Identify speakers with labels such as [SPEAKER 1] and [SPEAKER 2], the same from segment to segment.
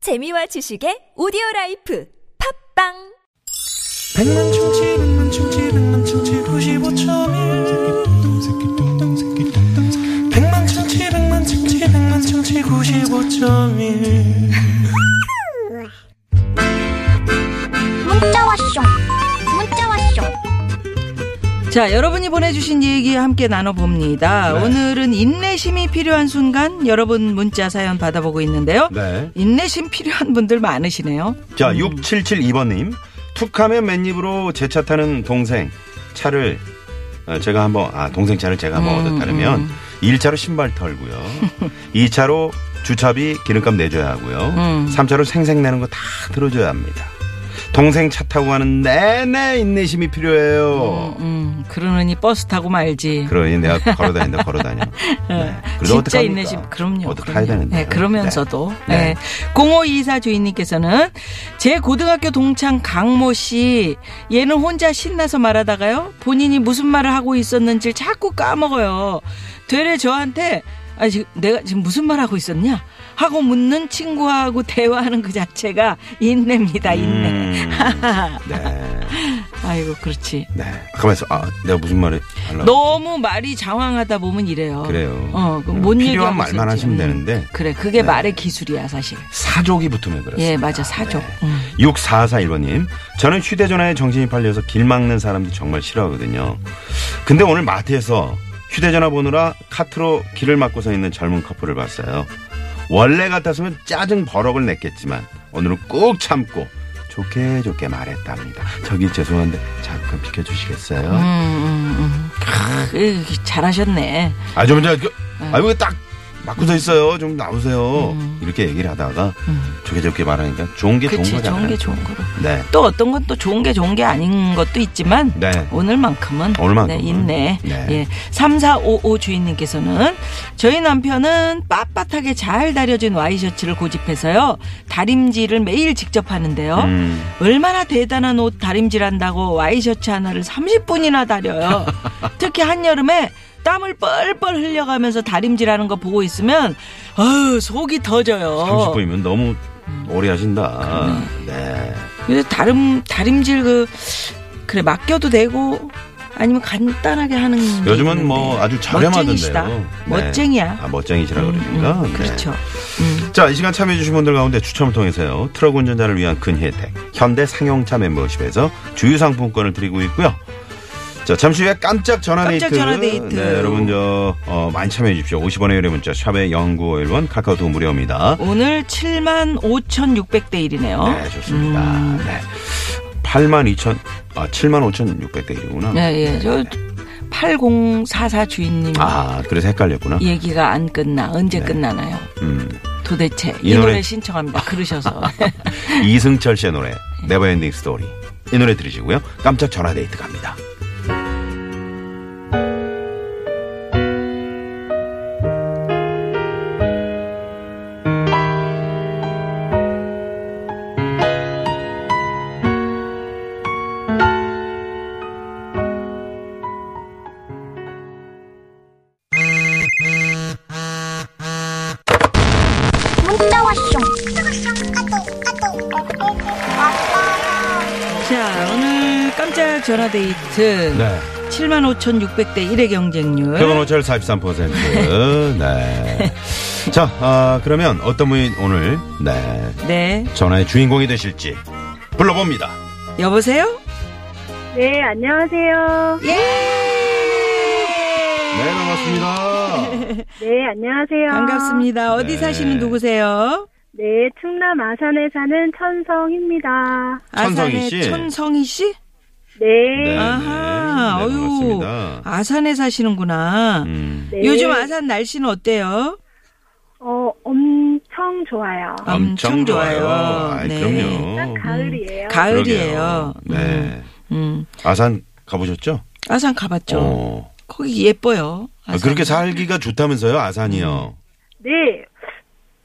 [SPEAKER 1] 재미와 지식의 오디오 라이프 팝빵!
[SPEAKER 2] 백만 충치 백만 충치 백만 충치 95.1 백만 충치 백만 충치 백만 충치 95.1
[SPEAKER 3] 문자 왔쇼 문자 왔쇼
[SPEAKER 4] 자, 여러분이 보내주신 얘기 함께 나눠봅니다. 오늘은 인내심이 필요한 순간 여러분 문자 사연 받아보고 있는데요.
[SPEAKER 5] 네.
[SPEAKER 4] 인내심 필요한 분들 많으시네요.
[SPEAKER 5] 자, 6772번님. 툭하면 맨입으로 제 차 타는 동생 차를 어, 제가 한번 아 동생 차를 제가
[SPEAKER 4] 음,
[SPEAKER 5] 한번 얻어 타려면 일 1차로 신발 털고요. 2차로 주차비 기름값 내줘야
[SPEAKER 4] 음.
[SPEAKER 5] 하고요. 삼 3차로 생색내는 거 다 들어줘야 합니다. 동생 차 타고 가는 내내 인내심이 필요해요.
[SPEAKER 4] 음, 그러느니 버스 타고 말지.
[SPEAKER 5] 그러니 내가 걸어다닌다 걸어다녀. 네. 그래도
[SPEAKER 4] 진짜
[SPEAKER 5] 어떡합니까?
[SPEAKER 4] 인내심, 그럼요.
[SPEAKER 5] 어떡해야
[SPEAKER 4] 그럼요.
[SPEAKER 5] 되는데.
[SPEAKER 4] 네, 그러면서도.
[SPEAKER 5] 네.
[SPEAKER 4] 네. 0524 주인님께서는 제 고등학교 동창 강모 씨, 얘는 혼자 신나서 말하다가요. 본인이 무슨 말을 하고 있었는지 자꾸 까먹어요. 되레 저한테, 아, 지금 내가 지금 무슨 말 하고 있었냐? 하고 묻는 친구하고 대화하는 그 자체가 인내입니다, 인내.
[SPEAKER 5] 음, 네.
[SPEAKER 4] 아이고, 그렇지.
[SPEAKER 5] 네. 가만있어. 아, 내가 무슨 말을 하려고.
[SPEAKER 4] 너무 말이 장황하다 보면 이래요.
[SPEAKER 5] 그래요.
[SPEAKER 4] 어, 그럼
[SPEAKER 5] 음,
[SPEAKER 4] 뭔 얘기하고
[SPEAKER 5] 필요한 말만
[SPEAKER 4] 있었지.
[SPEAKER 5] 하시면 되는데.
[SPEAKER 4] 그래, 그게
[SPEAKER 5] 네.
[SPEAKER 4] 말의 기술이야, 사실.
[SPEAKER 5] 사족이 붙으면 그렇습니다.
[SPEAKER 4] 예, 맞아, 사족.
[SPEAKER 5] 네.
[SPEAKER 4] 음.
[SPEAKER 5] 6441번님. 저는 휴대전화에 정신이 팔려서 길 막는 사람들 정말 싫어하거든요. 근데 오늘 마트에서 휴대전화 보느라 카트로 길을 막고 서 있는 젊은 커플을 봤어요. 원래 같았으면 짜증 버럭을 냈겠지만 오늘은 꾹 참고 좋게 좋게 말했답니다. 저기 죄송한데 잠깐 비켜주시겠어요?
[SPEAKER 4] 음, 크, 잘하셨네.
[SPEAKER 5] 아, 좀, 저, 그,
[SPEAKER 4] 네.
[SPEAKER 5] 아유, 딱, 맞고 서 있어요. 좀 나오세요. 이렇게 얘기를 하다가, 저게 저렇게 말하니까 좋은 게
[SPEAKER 4] 음. 그치,
[SPEAKER 5] 좋은 거잖아요.
[SPEAKER 4] 좋은 게 좋은 거로.
[SPEAKER 5] 네.
[SPEAKER 4] 또 어떤 건 또 좋은 게 좋은 게 아닌 것도 있지만
[SPEAKER 5] 네.
[SPEAKER 4] 오늘만큼은
[SPEAKER 5] 오늘만큼은.
[SPEAKER 4] 네, 있네.
[SPEAKER 5] 네.
[SPEAKER 4] 예. 3455 주인님께서는 저희 남편은 빳빳하게 잘 다려진 와이셔츠를 고집해서요. 다림질을 매일 직접 하는데요.
[SPEAKER 5] 음.
[SPEAKER 4] 얼마나 대단한 옷 다림질한다고 와이셔츠 하나를 30분이나 다려요. 특히 한여름에 땀을 뻘뻘 흘려가면서 다림질하는 거 보고 있으면 아유 속이 터져요.
[SPEAKER 5] 30분이면 너무
[SPEAKER 4] 음.
[SPEAKER 5] 오래 하신다. 네.
[SPEAKER 4] 그래서 다림 다림질 그 그래 맡겨도 되고 아니면 간단하게 하는 게
[SPEAKER 5] 요즘은 뭐
[SPEAKER 4] 있는데.
[SPEAKER 5] 아주 저렴하던데요.
[SPEAKER 4] 멋쟁이시다.
[SPEAKER 5] 네.
[SPEAKER 4] 멋쟁이야.
[SPEAKER 5] 아, 멋쟁이시라 그러니까.
[SPEAKER 4] 음, 그렇죠.
[SPEAKER 5] 자, 이 시간 참여해주신 분들 가운데 추첨을 통해서요. 트럭 운전자를 위한 큰 혜택. 현대 상용차 멤버십에서 주유상품권을 드리고 있고요. 자, 잠시 후에 깜짝 전화
[SPEAKER 4] 깜짝
[SPEAKER 5] 데이트.
[SPEAKER 4] 전화 데이트.
[SPEAKER 5] 네, 여러분, 저, 어, 많이 참여해 주십시오. 50원의 유료 문자, 샵의 0951번, 카카오톡 무료입니다.
[SPEAKER 4] 오늘 7만 5,600대 1이네요.
[SPEAKER 5] 네, 좋습니다.
[SPEAKER 4] 음.
[SPEAKER 5] 네. 8만 2천, 아, 7만 5천 600대 1이구나.
[SPEAKER 4] 예, 예. 저 8044 주인님
[SPEAKER 5] 아, 그래서 헷갈렸구나.
[SPEAKER 4] 얘기가 안 끝나. 언제 끝나나요?
[SPEAKER 5] 네. 음.
[SPEAKER 4] 도대체
[SPEAKER 5] 이
[SPEAKER 4] 이 노래
[SPEAKER 5] 노래
[SPEAKER 4] 신청합니다. 그러셔서. 예.
[SPEAKER 5] 이승철 씨의 노래, 네버엔딩 스토리. 이 노래 들으시고요. 깜짝 전화 데이트 갑니다.
[SPEAKER 3] 문자 왔쇼 까똑 까똑
[SPEAKER 4] 자, 오늘 깜짝 전화 데이트.
[SPEAKER 5] 네.
[SPEAKER 4] 75,600대 1의 경쟁률.
[SPEAKER 5] 표본 오철 43%. 네. 자, 아, 그러면 어떤 분이 오늘, 네,
[SPEAKER 4] 네.
[SPEAKER 5] 전화의 주인공이 되실지 불러봅니다.
[SPEAKER 4] 여보세요?
[SPEAKER 6] 네, 안녕하세요.
[SPEAKER 4] 예!
[SPEAKER 5] 네, 반갑습니다.
[SPEAKER 6] 네, 안녕하세요.
[SPEAKER 4] 반갑습니다. 어디
[SPEAKER 5] 네.
[SPEAKER 4] 사시는 누구세요?
[SPEAKER 6] 네, 충남 아산에 사는 천성입니다.
[SPEAKER 5] 천성희
[SPEAKER 4] 아산의
[SPEAKER 5] 씨.
[SPEAKER 4] 천성희 씨?
[SPEAKER 6] 네,
[SPEAKER 5] 네,
[SPEAKER 4] 아하,
[SPEAKER 5] 네, 네,
[SPEAKER 4] 어유.
[SPEAKER 5] 반갑습니다.
[SPEAKER 4] 아산에 사시는구나.
[SPEAKER 5] 음,
[SPEAKER 6] 네.
[SPEAKER 4] 요즘 아산 날씨는 어때요?
[SPEAKER 6] 어, 엄청 좋아요.
[SPEAKER 4] 아, 엄청 좋아요.
[SPEAKER 5] 아이,
[SPEAKER 4] 네.
[SPEAKER 5] 그럼요.
[SPEAKER 6] 가을이에요.
[SPEAKER 4] 음, 가을이에요.
[SPEAKER 5] 그러게요. 네.
[SPEAKER 4] 음.
[SPEAKER 5] 아산 가보셨죠?
[SPEAKER 4] 아산 가봤죠.
[SPEAKER 5] 어.
[SPEAKER 4] 거기 예뻐요.
[SPEAKER 5] 아,
[SPEAKER 4] 아산.
[SPEAKER 5] 그렇게 살기가 좋다면서요, 아산이요.
[SPEAKER 6] 네,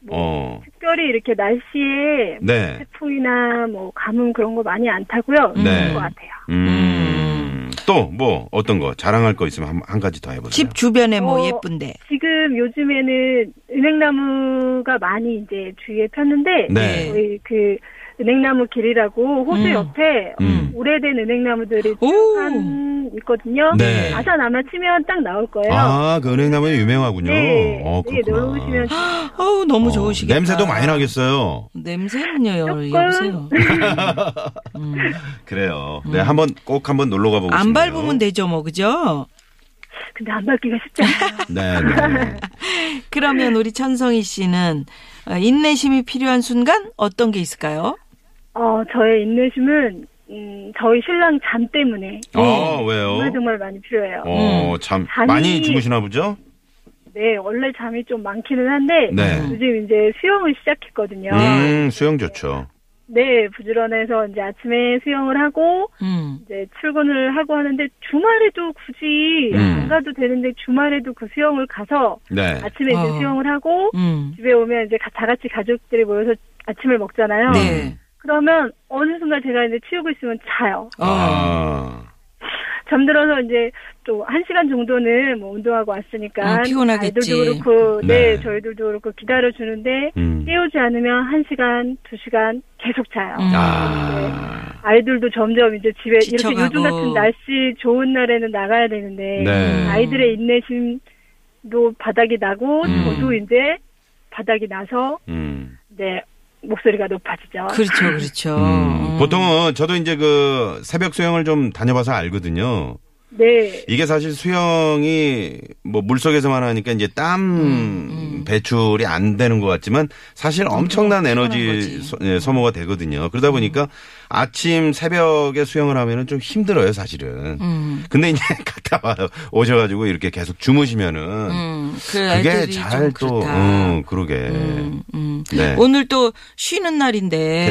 [SPEAKER 4] 음.
[SPEAKER 5] 어.
[SPEAKER 6] 특별히 이렇게 날씨에
[SPEAKER 5] 네.
[SPEAKER 6] 태풍이나 뭐 가뭄 그런 거 많이 안 타고요.
[SPEAKER 5] 네.
[SPEAKER 6] 좋은 것 같아요.
[SPEAKER 5] 음. 또 뭐 어떤 거 자랑할 거 있으면 한, 한 가지 더 해보세요.
[SPEAKER 4] 집 주변에 뭐
[SPEAKER 6] 어.
[SPEAKER 4] 예쁜데.
[SPEAKER 6] 지금 요즘에는 은행나무가 많이 이제 주위에 폈는데
[SPEAKER 5] 네.
[SPEAKER 6] 저희 그 은행나무 길이라고 호수
[SPEAKER 4] 음.
[SPEAKER 6] 옆에
[SPEAKER 5] 음.
[SPEAKER 6] 오래된 은행나무들이
[SPEAKER 4] 오.
[SPEAKER 6] 쭉 있거든요.
[SPEAKER 5] 네.
[SPEAKER 6] 아산 아마 치면 딱 나올 거예요.
[SPEAKER 5] 아, 그 은행나무 유명하군요.
[SPEAKER 6] 네,
[SPEAKER 5] 어,
[SPEAKER 6] 네,
[SPEAKER 5] 그렇구나.
[SPEAKER 6] 놀러 오시면
[SPEAKER 4] 어우 너무
[SPEAKER 5] 어,
[SPEAKER 4] 좋으시겠다.
[SPEAKER 5] 냄새도 많이 나겠어요.
[SPEAKER 4] 냄새는요
[SPEAKER 6] 조금.
[SPEAKER 4] 여보세요.
[SPEAKER 5] 그래요. 네, 한번 꼭 한번 놀러 가보고 싶네요.
[SPEAKER 4] 음. 안 밟으면 되죠 뭐 그죠?
[SPEAKER 6] 근데 안 밟기가 쉽지 않아요.
[SPEAKER 5] 네, 네.
[SPEAKER 4] 그러면 우리 천성희 씨는 어, 인내심이 필요한 순간 어떤 게 있을까요?
[SPEAKER 6] 어, 저의 인내심은 음, 저희 신랑 잠 때문에
[SPEAKER 5] 어,
[SPEAKER 4] 네.
[SPEAKER 5] 왜요?
[SPEAKER 6] 정말 정말 많이 필요해요.
[SPEAKER 4] 음.
[SPEAKER 5] 어, 참
[SPEAKER 6] 잠이-
[SPEAKER 5] 많이 주무시나 보죠?
[SPEAKER 6] 네, 원래 잠이 좀 많기는 한데
[SPEAKER 5] 네.
[SPEAKER 6] 요즘 이제 수영을 시작했거든요.
[SPEAKER 5] 음, 수영 좋죠.
[SPEAKER 6] 네, 부지런해서 이제 아침에 수영을 하고
[SPEAKER 4] 음.
[SPEAKER 6] 이제 출근을 하고 하는데 주말에도 굳이
[SPEAKER 5] 음.
[SPEAKER 6] 안 가도 되는데 주말에도 그 수영을 가서
[SPEAKER 5] 네.
[SPEAKER 6] 아침에 이제
[SPEAKER 4] 어.
[SPEAKER 6] 수영을 하고
[SPEAKER 4] 음.
[SPEAKER 6] 집에 오면 이제 가- 다 같이 가족들이 모여서 아침을 먹잖아요.
[SPEAKER 5] 음.
[SPEAKER 4] 네.
[SPEAKER 6] 그러면 어느 순간 제가 이제 치우고 있으면 자요.
[SPEAKER 4] 어.
[SPEAKER 5] 아,
[SPEAKER 6] 잠들어서 이제 또 한 시간 정도는 뭐 운동하고 왔으니까
[SPEAKER 4] 음, 피곤하겠지.
[SPEAKER 6] 아이들도 그렇고
[SPEAKER 5] 네.
[SPEAKER 6] 네, 저희들도 그렇고 기다려 주는데
[SPEAKER 5] 음.
[SPEAKER 6] 깨우지 않으면 한 시간 두 시간 계속 자요.
[SPEAKER 4] 음.
[SPEAKER 5] 아,
[SPEAKER 6] 아이들도 점점 이제 집에
[SPEAKER 4] 지쳐가고.
[SPEAKER 6] 이렇게 요즘 같은 날씨 좋은 날에는 나가야 되는데
[SPEAKER 5] 네.
[SPEAKER 6] 아이들의 인내심도 바닥이 나고
[SPEAKER 5] 음.
[SPEAKER 6] 저도 이제 바닥이 나서
[SPEAKER 5] 음.
[SPEAKER 6] 네 목소리가 높아지죠.
[SPEAKER 4] 그렇죠 그렇죠.
[SPEAKER 5] 음.
[SPEAKER 4] 음.
[SPEAKER 5] 보통은 저도 이제 그 새벽 수영을 좀 다녀봐서 알거든요.
[SPEAKER 6] 네.
[SPEAKER 5] 이게 사실 수영이 뭐 물속에서만 하니까 이제 땀
[SPEAKER 4] 음,
[SPEAKER 5] 배출이 안 되는 것 같지만 사실 엄청난 에너지
[SPEAKER 4] 거지. 음.
[SPEAKER 5] 소, 예, 소모가 되거든요. 그러다 보니까 아침 새벽에 수영을 하면은 좀 힘들어요, 사실은.
[SPEAKER 4] 음.
[SPEAKER 5] 근데 이제 갔다 와 오셔가지고 이렇게 계속 주무시면은
[SPEAKER 4] 음. 그
[SPEAKER 5] 그게
[SPEAKER 4] 애들이 좀
[SPEAKER 5] 잘또
[SPEAKER 4] 그렇다.
[SPEAKER 5] 음, 그러게
[SPEAKER 4] 음, 음.
[SPEAKER 5] 네.
[SPEAKER 4] 오늘 또 쉬는 날인데.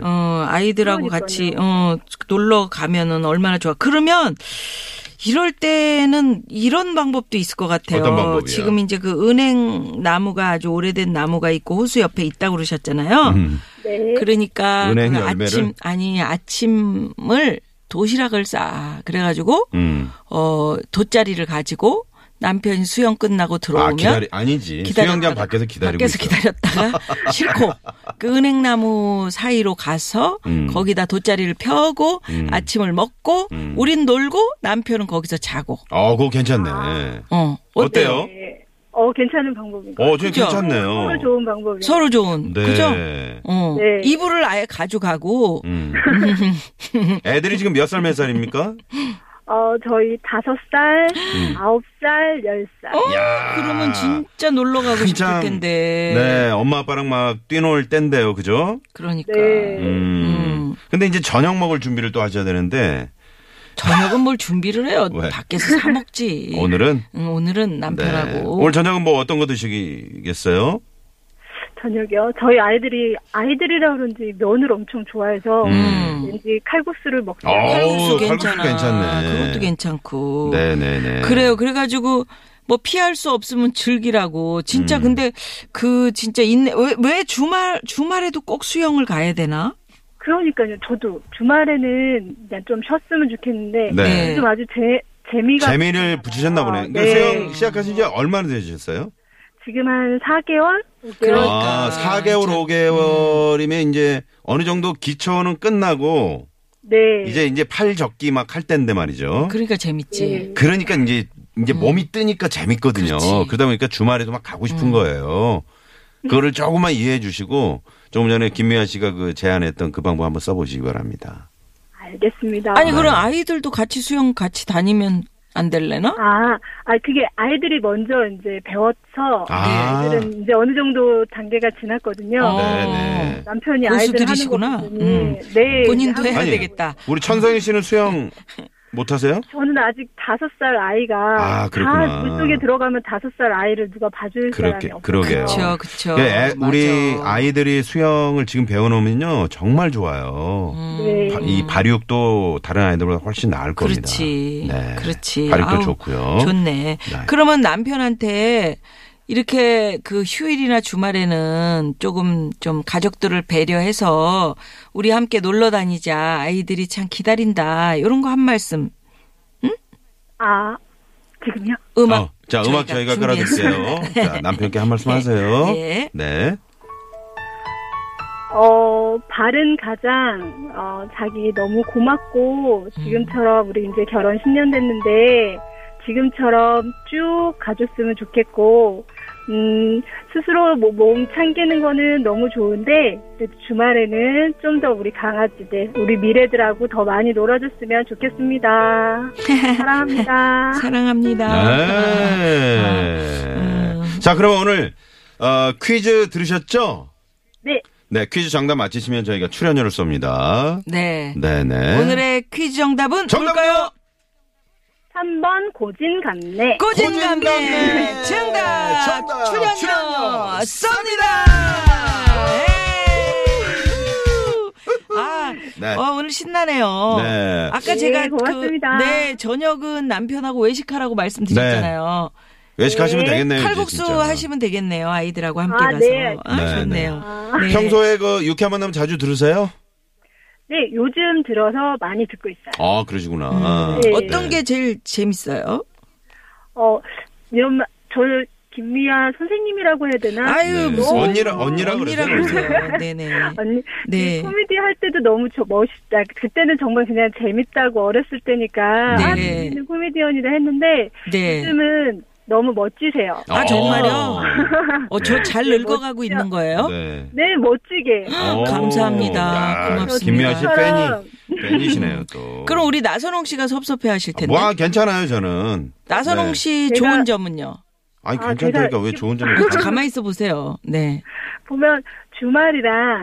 [SPEAKER 4] 네. 어, 아이들하고
[SPEAKER 6] 그러니까요.
[SPEAKER 4] 같이 어, 놀러 가면은 얼마나 좋아. 그러면 이럴 때는 이런 방법도 있을 것 같아요.
[SPEAKER 5] 어떤 방법이요?
[SPEAKER 4] 지금 이제 그 은행 나무가 아주 오래된 나무가 있고 호수 옆에 있다고 그러셨잖아요.
[SPEAKER 5] 음.
[SPEAKER 6] 네.
[SPEAKER 4] 그러니까
[SPEAKER 5] 은행
[SPEAKER 4] 그
[SPEAKER 5] 열매를?
[SPEAKER 4] 아침 아니 아침을 도시락을 싸 그래가지고
[SPEAKER 5] 음.
[SPEAKER 4] 어 돗자리를 가지고 남편이 수영 끝나고
[SPEAKER 5] 아
[SPEAKER 4] 들어오면
[SPEAKER 5] 기다리 아니지
[SPEAKER 4] 기다렸다가-
[SPEAKER 5] 수영장 밖에서 기다리고
[SPEAKER 4] 밖에서
[SPEAKER 5] 있어.
[SPEAKER 4] 기다렸다가 싫고 그 은행나무 사이로 가서
[SPEAKER 5] 음.
[SPEAKER 4] 거기다 돗자리를 펴고
[SPEAKER 5] 음.
[SPEAKER 4] 아침을 먹고
[SPEAKER 5] 음.
[SPEAKER 4] 우린 놀고 남편은 거기서 자고
[SPEAKER 5] 어, 그거 괜찮네.
[SPEAKER 4] 어
[SPEAKER 5] 어때요?
[SPEAKER 4] 어때요?
[SPEAKER 6] 네. 어 괜찮은 방법인 것
[SPEAKER 5] 어, 저
[SPEAKER 4] 그죠?
[SPEAKER 5] 괜찮네요.
[SPEAKER 6] 서로 좋은 방법이에요.
[SPEAKER 4] 서로 좋은
[SPEAKER 5] 네.
[SPEAKER 4] 그죠? 어
[SPEAKER 6] 네.
[SPEAKER 4] 이불을 아예 가져가고
[SPEAKER 5] 음. 애들이 지금 몇 살 몇 살입니까?
[SPEAKER 6] 어 저희 다섯 살,
[SPEAKER 5] 음.
[SPEAKER 6] 아홉 살, 열 살.
[SPEAKER 5] 야.
[SPEAKER 4] 어? 그러면 진짜 놀러 가고
[SPEAKER 5] 한창,
[SPEAKER 4] 싶을 텐데
[SPEAKER 5] 네, 엄마 아빠랑 막 뛰놀 땐데요, 그죠?
[SPEAKER 4] 그러니까
[SPEAKER 6] 네.
[SPEAKER 5] 음. 근데 이제 저녁 먹을 준비를 또 하셔야 되는데
[SPEAKER 4] 저녁은 뭘 준비를 해요?
[SPEAKER 5] 왜?
[SPEAKER 4] 밖에서 사 먹지.
[SPEAKER 5] 오늘은
[SPEAKER 4] 응, 오늘은
[SPEAKER 5] 네.
[SPEAKER 4] 예. 남편하고
[SPEAKER 5] 오늘 저녁은 뭐 어떤 거 드시겠어요?
[SPEAKER 6] 저녁이요. 저희 아이들이 아이들이라 그런지 면을 엄청 좋아해서
[SPEAKER 5] 음.
[SPEAKER 6] 왠지 칼국수를 먹자.
[SPEAKER 5] 어.
[SPEAKER 4] 칼국수
[SPEAKER 5] 어우,
[SPEAKER 4] 괜찮아.
[SPEAKER 5] 칼국수 괜찮네.
[SPEAKER 4] 그것도 괜찮고.
[SPEAKER 5] 네, 네, 네.
[SPEAKER 4] 뭐. 그래요. 그래가지고 뭐 피할 수 없으면 즐기라고. 진짜
[SPEAKER 5] 음.
[SPEAKER 4] 근데 그 진짜 인내 왜, 왜 주말 주말에도 꼭 수영을 가야 되나?
[SPEAKER 6] 그러니까요. 저도 주말에는 그냥 좀 쉬었으면 좋겠는데
[SPEAKER 5] 네.
[SPEAKER 6] 요즘 아주 재 재미가
[SPEAKER 4] 아,
[SPEAKER 5] 재미를 붙이셨나 보네. 그러니까
[SPEAKER 6] 네.
[SPEAKER 5] 수영 시작하신 지 얼마나 되셨어요?
[SPEAKER 6] 지금 한 4개월?
[SPEAKER 4] 그럼.
[SPEAKER 6] 5개월?
[SPEAKER 4] 그러니까.
[SPEAKER 5] 아, 4개월,
[SPEAKER 4] 참.
[SPEAKER 5] 5개월이면 이제 어느 정도 기초는 끝나고
[SPEAKER 6] 네.
[SPEAKER 5] 이제 이제 팔 접기 막 할 때인데 말이죠.
[SPEAKER 4] 그러니까
[SPEAKER 6] 네.
[SPEAKER 4] 재밌지.
[SPEAKER 5] 그러니까 이제 이제 몸이 뜨니까 재밌거든요.
[SPEAKER 4] 음. 그렇지. 음.
[SPEAKER 5] 그러다 보니까 주말에도 막 가고 싶은 거예요. 그거를 조금만 이해해 주시고 조금 전에 김미아 씨가 그 제안했던 그 방법 한번 써보시기 바랍니다.
[SPEAKER 6] 알겠습니다.
[SPEAKER 5] 네.
[SPEAKER 4] 아니 그럼 아이들도 같이 수영 같이 다니면 안 될래나?
[SPEAKER 6] 아, 아, 그게 아이들이 먼저 이제 배워서
[SPEAKER 5] 아.
[SPEAKER 4] 네,
[SPEAKER 6] 아이들은 이제 어느 정도 단계가 지났거든요.
[SPEAKER 4] 어.
[SPEAKER 5] 네,
[SPEAKER 6] 남편이 아이들 하는 거
[SPEAKER 4] 고수들이시구나.
[SPEAKER 6] 보더니
[SPEAKER 4] 음.
[SPEAKER 6] 네,
[SPEAKER 4] 본인도
[SPEAKER 6] 이제
[SPEAKER 4] 해야
[SPEAKER 5] 아니.
[SPEAKER 6] 하고
[SPEAKER 4] 되겠다.
[SPEAKER 5] 우리 천성희 씨는 수영 못 하세요?
[SPEAKER 6] 저는 아직 다섯 살 아이가
[SPEAKER 5] 아, 그렇구나.
[SPEAKER 6] 다 물속에 들어가면 다섯 살 아이를 누가 봐줄
[SPEAKER 5] 그렇게
[SPEAKER 6] 사람이 없어요.
[SPEAKER 5] 그러게요.
[SPEAKER 4] 그렇죠, 그렇죠.
[SPEAKER 5] 그 애- 우리 아이들이 수영을 지금 배워놓으면요 정말 좋아요.
[SPEAKER 4] 음.
[SPEAKER 6] 네.
[SPEAKER 5] 바- 이 발육도 다른 아이들보다 훨씬 나을 겁니다.
[SPEAKER 4] 그렇지.
[SPEAKER 5] 네.
[SPEAKER 4] 그렇지.
[SPEAKER 5] 발육도
[SPEAKER 4] 아우,
[SPEAKER 5] 좋고요.
[SPEAKER 4] 좋네. 그러면 남편한테 이렇게 그 휴일이나 주말에는 조금 좀 가족들을 배려해서 우리 함께 놀러 다니자. 아이들이 참 기다린다. 이런 거 한 말씀
[SPEAKER 6] 아, 지금요?
[SPEAKER 4] 음악.
[SPEAKER 5] 어, 자, 음악 저희가 깔아드릴게요.
[SPEAKER 4] 준비했습니다.
[SPEAKER 5] 자, 남편께 한 말씀 하세요.
[SPEAKER 4] 예.
[SPEAKER 5] 네.
[SPEAKER 6] 어, 발은 가장, 어, 자기 너무 고맙고, 지금처럼, 우리 이제 결혼 10년 됐는데, 지금처럼 쭉 가줬으면 좋겠고, 음, 스스로 뭐- 몸 챙기는 거는 너무 좋은데, 그래도 주말에는 좀 더 우리 강아지들, 우리 미래들하고 더 많이 놀아줬으면 좋겠습니다. 사랑합니다.
[SPEAKER 4] 아, 사랑합니다.
[SPEAKER 5] 네.
[SPEAKER 4] 음.
[SPEAKER 5] 자, 그러면 오늘 어, 퀴즈 들으셨죠?
[SPEAKER 6] 네.
[SPEAKER 5] 네, 퀴즈 정답 맞히시면 저희가 출연료를 쏩니다.
[SPEAKER 4] 네.
[SPEAKER 5] 네, 네.
[SPEAKER 4] 오늘의 퀴즈 정답은
[SPEAKER 5] 정답은요?
[SPEAKER 4] 뭘까요?
[SPEAKER 6] 3번
[SPEAKER 4] 고진감래
[SPEAKER 6] 고진감래.
[SPEAKER 5] 고진감래.
[SPEAKER 4] 정답,
[SPEAKER 5] 정답.
[SPEAKER 4] 출연료,
[SPEAKER 5] 출연료
[SPEAKER 4] 쏩니다. 아,
[SPEAKER 5] 네.
[SPEAKER 4] 어, 오늘 신나네요.
[SPEAKER 5] 네.
[SPEAKER 4] 아까
[SPEAKER 6] 네,
[SPEAKER 4] 제가
[SPEAKER 6] 고맙습니다.
[SPEAKER 4] 그, 네 저녁은 남편하고 외식하라고 말씀드렸잖아요.
[SPEAKER 5] 외식하시면
[SPEAKER 6] 네.
[SPEAKER 5] 되겠네요. 이제
[SPEAKER 4] 칼국수
[SPEAKER 5] 진짜.
[SPEAKER 4] 하시면 되겠네요. 아이들하고 함께
[SPEAKER 6] 아,
[SPEAKER 4] 가서
[SPEAKER 6] 네.
[SPEAKER 4] 아,
[SPEAKER 5] 네,
[SPEAKER 4] 좋네요. 네.
[SPEAKER 5] 평소에 그 유쾌한 만남 자주 들으세요?
[SPEAKER 6] 네, 요즘 들어서 많이 듣고 있어요.
[SPEAKER 5] 아, 그러시구나.
[SPEAKER 6] 네.
[SPEAKER 4] 음, 어떤 게 제일 재밌어요?
[SPEAKER 6] 어, 이런, 말- 저를 김미아 선생님이라고 해야 되나?
[SPEAKER 5] 네.
[SPEAKER 4] 아유 무슨
[SPEAKER 5] 언니라- 언니라 그러세요.
[SPEAKER 4] 그러세요. 네네.
[SPEAKER 6] 언니,
[SPEAKER 4] 네.
[SPEAKER 6] 이 코미디 할 때도 너무 저 멋있다. 그때는 정말 그냥 재밌다고 어렸을 때니까
[SPEAKER 4] 네.
[SPEAKER 6] 아, 재밌는 코미디언이다 했는데
[SPEAKER 4] 네.
[SPEAKER 6] 아, 요즘은 너무 멋지세요.
[SPEAKER 4] 아, 정말요? 어, 저 잘
[SPEAKER 6] 네,
[SPEAKER 4] 늙어가고
[SPEAKER 6] 멋지죠.
[SPEAKER 4] 있는 거예요?
[SPEAKER 5] 네.
[SPEAKER 6] 네, 멋지게.
[SPEAKER 5] 오.
[SPEAKER 4] 감사합니다. 고맙습니다.
[SPEAKER 5] 김미아 씨
[SPEAKER 6] 저처럼.
[SPEAKER 5] 팬이, 팬이시네요, 또.
[SPEAKER 4] 그럼 우리 나선홍 씨가 섭섭해 하실 텐데.
[SPEAKER 5] 와, 괜찮아요, 저는.
[SPEAKER 4] 나선홍
[SPEAKER 5] 뭐? 네.
[SPEAKER 4] 씨
[SPEAKER 6] 제가-
[SPEAKER 4] 좋은 점은요?
[SPEAKER 5] 아니,
[SPEAKER 6] 아,
[SPEAKER 5] 괜찮다니까
[SPEAKER 6] 제가-
[SPEAKER 5] 왜 좋은 점을.
[SPEAKER 4] 그렇지,
[SPEAKER 5] 다-
[SPEAKER 4] 가만히 있어 보세요. 네.
[SPEAKER 6] 보면 주말이랑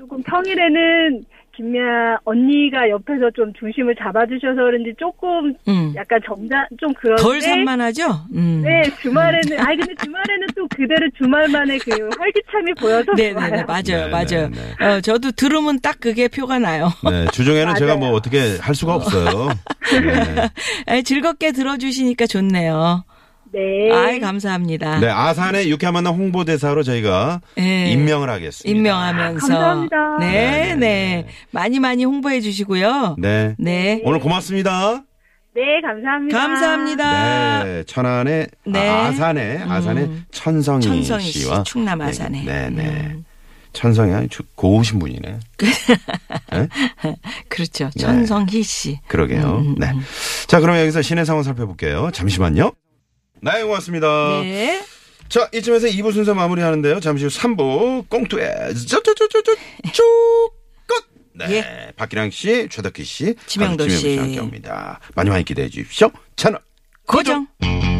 [SPEAKER 6] 조금 평일에는 김미아 언니가 옆에서 좀 중심을 잡아주셔서 그런지 조금
[SPEAKER 4] 음.
[SPEAKER 6] 약간 점자 좀 그런데
[SPEAKER 4] 덜 산만하죠? 음.
[SPEAKER 6] 네, 주말에는, 아니, 근데 주말에는 또 그대로 주말만의 그 활기참이 보여서.
[SPEAKER 4] 네네네,
[SPEAKER 6] 좋아요.
[SPEAKER 4] 맞아요,
[SPEAKER 5] 네,
[SPEAKER 4] 맞아요.
[SPEAKER 5] 네,
[SPEAKER 4] 어, 저도 들으면 딱 그게 표가 나요.
[SPEAKER 5] 네, 주중에는 제가 뭐
[SPEAKER 6] 맞아요.
[SPEAKER 5] 어떻게 할 수가 없어요. 네.
[SPEAKER 4] 아이, 즐겁게 들어주시니까 좋네요.
[SPEAKER 6] 네.
[SPEAKER 4] 아이, 감사합니다.
[SPEAKER 5] 네, 아산의 유쾌한 만남 홍보대사로 저희가
[SPEAKER 4] 예.
[SPEAKER 5] 임명을 하겠습니다.
[SPEAKER 4] 임명하면서.
[SPEAKER 6] 감사합니다.
[SPEAKER 4] 네,
[SPEAKER 5] 네, 네,
[SPEAKER 4] 네.
[SPEAKER 5] 네.
[SPEAKER 4] 많이 많이 홍보해 주시고요.
[SPEAKER 5] 네.
[SPEAKER 4] 네.
[SPEAKER 5] 오늘 고맙습니다.
[SPEAKER 6] 네, 감사합니다.
[SPEAKER 4] 감사합니다.
[SPEAKER 5] 네, 천안의
[SPEAKER 4] 네. 음.
[SPEAKER 5] 아, 아산의 아산의 천성희,
[SPEAKER 4] 천성희 씨,
[SPEAKER 5] 씨와
[SPEAKER 4] 충남 아산에.
[SPEAKER 5] 네, 네.
[SPEAKER 4] 음.
[SPEAKER 5] 천성희 아니 주- 고우신 분이네.
[SPEAKER 4] 그렇죠.
[SPEAKER 5] 네.
[SPEAKER 4] 천성희 씨.
[SPEAKER 5] 그러게요.
[SPEAKER 4] 음,
[SPEAKER 5] 네. 자, 그럼 여기서 시내 상황 살펴볼게요. 잠시만요. 네, 고맙습니다.
[SPEAKER 4] 네.
[SPEAKER 5] 자, 이쯤에서 2부 순서 마무리하는데요. 잠시 후 3부 꽁투에 쪼쪼쪼쪼쪼 끝. 네. 박기량 씨, 최덕희 씨,
[SPEAKER 4] 예. 지명도
[SPEAKER 5] 가수
[SPEAKER 4] 씨.
[SPEAKER 5] 함께 옵니다. 많이 많이 기대해 주십시오. 채널
[SPEAKER 4] 고정.
[SPEAKER 5] 고정.